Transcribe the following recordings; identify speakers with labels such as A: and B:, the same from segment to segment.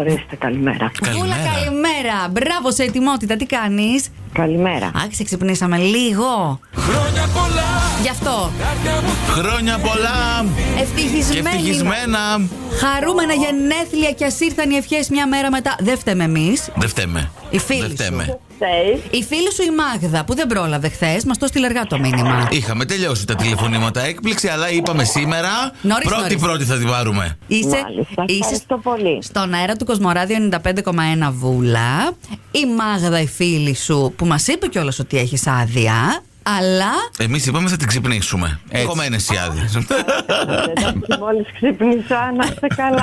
A: Ορίστε, καλημέρα.
B: Βούλα, καλημέρα. Μπράβο σε ετοιμότητα, τι κάνεις.
A: Καλημέρα.
B: Άξι, ξυπνήσαμε λίγο.
C: Χρόνια πολλά,
B: Γι' αυτό.
C: καρδιά μου
D: Χρόνια πολλά και
B: Ευτυχισμένη.
D: ευτυχισμένα.
B: Χαρούμενα γενέθλια και ας ήρθαν οι ευχές μια μέρα μετά. Δεν φταίμε εμείς.
D: Δεν φταίμε.
B: Η φίλη
D: Δεν
B: σου.
D: φταίμε.
A: Φταίει.
B: Η φίλη σου η Μάγδα που δεν πρόλαβε χθες, μας το στείλε αργά το μήνυμα.
D: Είχαμε τελειώσει τα τηλεφωνήματα έκπληξη, αλλά είπαμε σήμερα.
B: Νωρίς,
D: πρώτη
B: νωρίς.
D: πρώτη θα την πάρουμε.
B: Είσαι,
A: Μάλιστα.
B: είσαι
A: Ευχαριστώ πολύ.
B: στον αέρα του Κοσμοράδιο 95,1 βούλα. Η Μάγδα, η φίλη σου, που μας είπε κιόλας ότι έχεις άδεια, αλλά.
D: Εμείς είπαμε θα την ξυπνήσουμε. Κομμένε οι άδειε.
A: Εντάξει, μόλις ξύπνησα, να είστε καλά.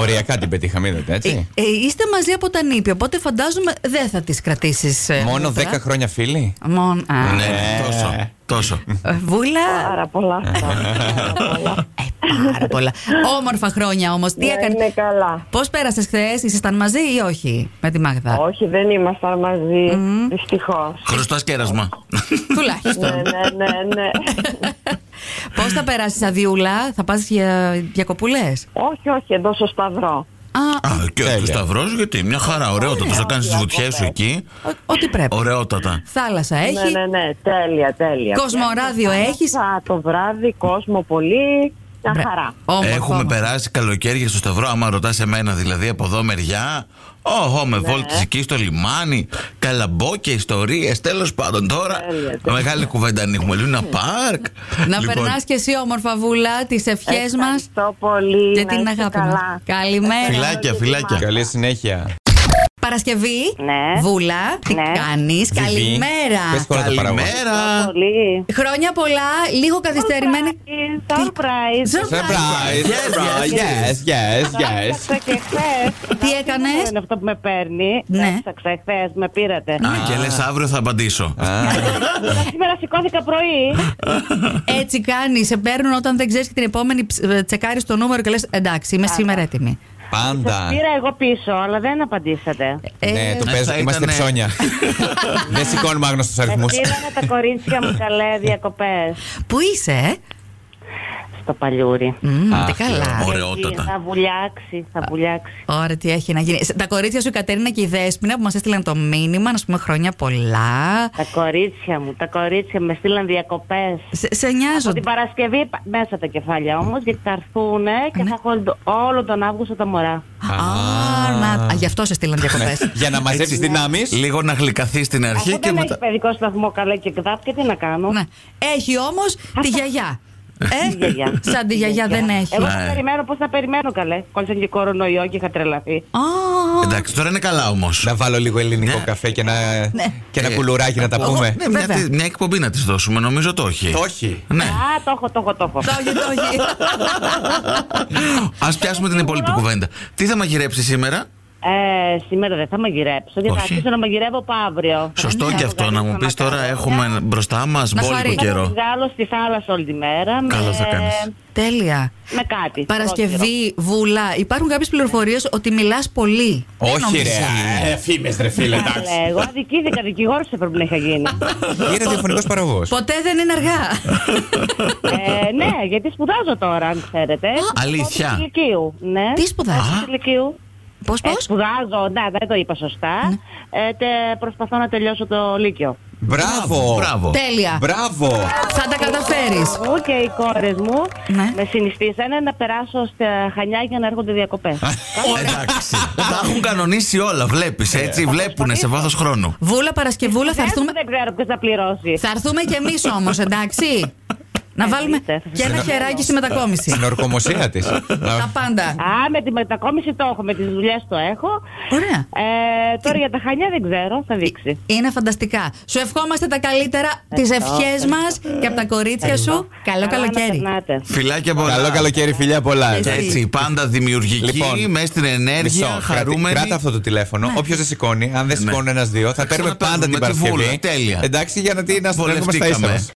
E: Οριακά την πετύχαμε, είδατε έτσι.
B: Ε, είστε μαζί από τα νήπια, οπότε φαντάζομαι δεν θα τις κρατήσεις ε,
E: Μόνο 10
B: νεύρα.
E: χρόνια φίλοι.
B: Μόνο. α,
D: ναι, τόσο. Τόσο.
B: ε, Βούλα.
A: Πάρα πολλά αυτά. Πάρα πολλά.
B: Ε, πάρα πολλά. Όμορφα χρόνια όμως. Τι
A: Να Ναι, είναι
B: έκανε.
A: καλά.
B: Πώς πέρασες χθες, ήσασταν μαζί ή όχι με τη Μάγδα.
A: Όχι, δεν ήμασταν μαζί. Δυστυχώς.
D: Χρωστάς κέρασμα.
A: Ναι,
B: Τουλάχιστον.
A: ναι, ναι, ναι.
B: Πώς θα περάσεις, Αδιούλα, θα πας για διακοπούλες.
A: όχι, όχι, εδώ στο Σταυρό.
B: Α,
D: Α, και ο
E: Τέλεια.
D: Σταυρό, γιατί μια χαρά, ωραιότατος. Θα κάνει τι βουτιές σου εκεί.
B: ό- ό,τι πρέπει.
D: Ωραιότατα.
B: Θάλασσα
A: Ναι,
B: έχει.
A: ναι, ναι, τέλεια, τέλεια.
B: Κοσμοράδιο έχει.
A: Πιάσα το βράδυ, κόσμο πολύ. Μια χαρά.
D: Έχουμε περάσει καλοκαίρια στο Σταυρό. Άμα ρωτάς εμένα δηλαδή από εδώ μεριά. Όχο, με βόλτες εκεί στο λιμάνι, καλαμπόκια, ιστορίε. Τέλος πάντων τώρα,
A: Τέλεια, τέλεια.
D: μεγάλη κουβέντα ανοίγουμε. Λούνα Πάρκ.
B: Να
D: Λοιπόν,
B: περνάς και εσύ όμορφα, Βούλα, τις ευχές μας
A: Ευχαριστώ πολύ.
B: και
A: να
B: την
A: είστε
B: αγάπη
A: καλά.
B: μα. Καλημέρα.
D: Φιλάκια, φιλάκια.
E: Καλή συνέχεια.
B: Παρασκευή.
A: Ναι.
B: Βούλα, τι
A: Ναι.
B: κάνεις.
E: Πε
B: Καλημέρα.
E: χώρα τα παραγωγά.
D: Καλημέρα.
A: Πολύ.
B: Χρόνια πολλά, λίγο καθυστερημένη.
A: Surprise.
E: Surprise,
D: Yes,
E: surprise,
D: yes,
E: yes, yes, yes.
F: Ψάξα και χθες.
B: Τι έκανες?
F: Είναι αυτό που με παίρνει.
B: Ναι.
F: Τα Ψάξα χθες, με πήρατε.
D: Α, και λες αύριο θα απαντήσω.
F: Αλλά Σήμερα σηκώθηκα πρωί.
B: Έτσι κάνεις. Σε παίρνουν όταν δεν ξέρεις και την επόμενη τσεκάρεις το νούμερο και λες: Εντάξει, είμαι σήμερα έτοιμη.
E: Πάντα.
F: Πήρα εγώ πίσω, αλλά δεν απαντήσατε.
B: Ε,
E: Ναι, το
D: θα
E: παίζω. Είμαστε
D: ήτανε-
E: ψώνια. Δεν σηκώνουμε άγνωστους
F: Με
E: αριθμού.
F: στείλανε τα κορίτσια μου καλέ διακοπές
B: Πού είσαι, ε?
F: στο παλιούρι.
B: Μμμ,
E: Αχ,
B: τι καλά.
D: Ωραιότατα.
F: Θα βουλιάξει, θα βουλιάξει.
B: Ωραία, τι έχει να γίνει. Σε- Τα κορίτσια σου, η Κατέρινα και η Δέσποινα που μας έστειλαν το μήνυμα, να σου πούμε χρόνια πολλά.
F: Τα κορίτσια μου, τα κορίτσια μου, με στείλαν διακοπές.
B: Σε, σε
F: Από την
B: νοιάζονται.
F: Παρασκευή πα- μέσα τα κεφάλια όμως, γιατί θα έρθουν και θα χωρίζουν όλο τον Αύγουστο τα μωρά.
B: Α, να- α, γι' αυτό σε στείλαν διακοπέ.
E: Ναι. Για να μαζέψεις δυνάμεις.
D: Λίγο να γλυκαθεί στην αρχή
F: Αφού
D: και
F: δεν
D: μετά.
F: έχει παιδικό σταθμό καλά και ΚΔΑΠ και τι να κάνω.
B: Ναι. Έχει όμως τη γιαγιά.
F: Τη γιαγιά.
B: Ε, σαν τη γιαγιά δεν έχει.
F: Εγώ
B: Α,
F: θα
D: Ναι.
F: περιμένω, πώς θα περιμένω καλέ. Κόλλησα και κορονοϊό και είχα τρελαθεί.
D: Εντάξει, τώρα είναι καλά όμως.
E: Να βάλω λίγο ελληνικό καφέ και ένα, και ένα κουλουράκι να τα πούμε.
D: Ναι, μια,
B: Βέβαια.
D: μια εκπομπή να της δώσουμε, νομίζω το όχι.
E: Το όχι.
D: Ναι.
F: Α, το έχω, το έχω, το έχω.
B: το έχει, το έχει.
D: Ας πιάσουμε την υπόλοιπη κουβέντα. Τι θα μαγειρέψεις σήμερα,
F: Ε, σήμερα δεν θα μαγειρέψω, γιατί θα
D: Όχι.
F: αρχίσω να μαγειρεύω από αύριο.
D: Σωστό
E: Ναι,
F: Θα
D: και αυτό να μου
F: βγάλω
D: πει
F: στα
D: τώρα.
F: μακάρονια.
D: Έχουμε μπροστά μας
B: Να χαρεί.
D: μπόλικο
F: Θα
D: καιρό.
F: βγάλω στη θάλασσα όλη τη μέρα. με-
D: Καλά θα κάνεις.
B: Τέλεια.
F: Με κάτι. πρόχειρο.
B: Παρασκευή, Βούλα, υπάρχουν κάποιες πληροφορίες ότι μιλάς πολύ. Δεν
E: Όχι,
B: νομίζω.
E: ρε. Φήμε, Ε, ρε φίλε, εντάξει.
F: Καλέ, Ε, Εγώ αδικήθηκα, δικηγόρος θα πρέπει να είχα γίνει.
E: Είναι ραδιοφωνικό παραγωγός.
B: Ποτέ δεν είναι αργά.
F: ε, ναι, γιατί σπουδάζω τώρα, αν ξέρετε.
D: αλήθεια.
F: Στην ηλικίου. Ναι.
B: Τι σπουδάζεις?
F: Στην ηλικίου.
B: Πώς,
F: Ε,
B: πώ.
F: σπουδάζω, ναι, δεν το είπα
B: Ναι.
F: σωστά. Ε, τε- προσπαθώ να τελειώσω το Λύκειο.
E: Μπράβο.
D: Μπράβο.
F: Ε,
B: Τέλεια.
E: Μπράβο.
B: Θα τα καταφέρεις.
F: Εγώ και οι κόρες μου
B: Ναι.
F: με συνιστήσανε να περάσω στα Χανιά για να έρχονται διακοπές.
D: Εντάξει. Τα έχουν κανονίσει όλα, βλέπεις
E: Ναι.
D: έτσι. Βλέπουνε σε βάθος χρόνου.
B: Βούλα, Παρασκευούλα, θα έρθουμε.
F: Δεν ξέρω ποιος θα πληρώσει.
B: Θα έρθουμε κι εμείς όμως, εντάξει. Να
F: Ε,
B: βάλουμε
F: εννοείται.
B: και ένα χεράκι στη μετακόμιση.
E: Στην ορκομοσία της.
B: Τα πάντα.
F: Α, με τη μετακόμιση το έχω, με τις δουλειές το έχω.
B: Ωραία.
F: Ε, τώρα για τα Χανιά δεν ξέρω, θα δείξει.
B: Είναι φανταστικά. Σου ευχόμαστε τα καλύτερα, τι ευχές μας και από τα κορίτσια σου. Καλό
F: Καλά να
B: καλοκαίρι.
F: περνάτε.
D: Φιλάκια πολλά.
E: Καλό καλοκαίρι, φιλιά πολλά.
D: Και Έτσι, πάντα δημιουργική,
E: Λοιπόν,
D: μέσα στην ενέργεια,
E: Μισό.
D: χαρούμενη. Ναι.
E: Κράτα, κράτα αυτό το τηλέφωνο. Όποιος δεν σηκώνει, αν δεν σηκώνουν ένα-δύο, θα παίρνουμε
D: ξαναπαίρνουμε
E: πάντα την
D: τη βούλα.
E: Παρασκευή.
D: Τέλεια.
E: Εντάξει, για να την αστρέφουμε στα ίσα
D: Βολευτήκαμε.
E: μας.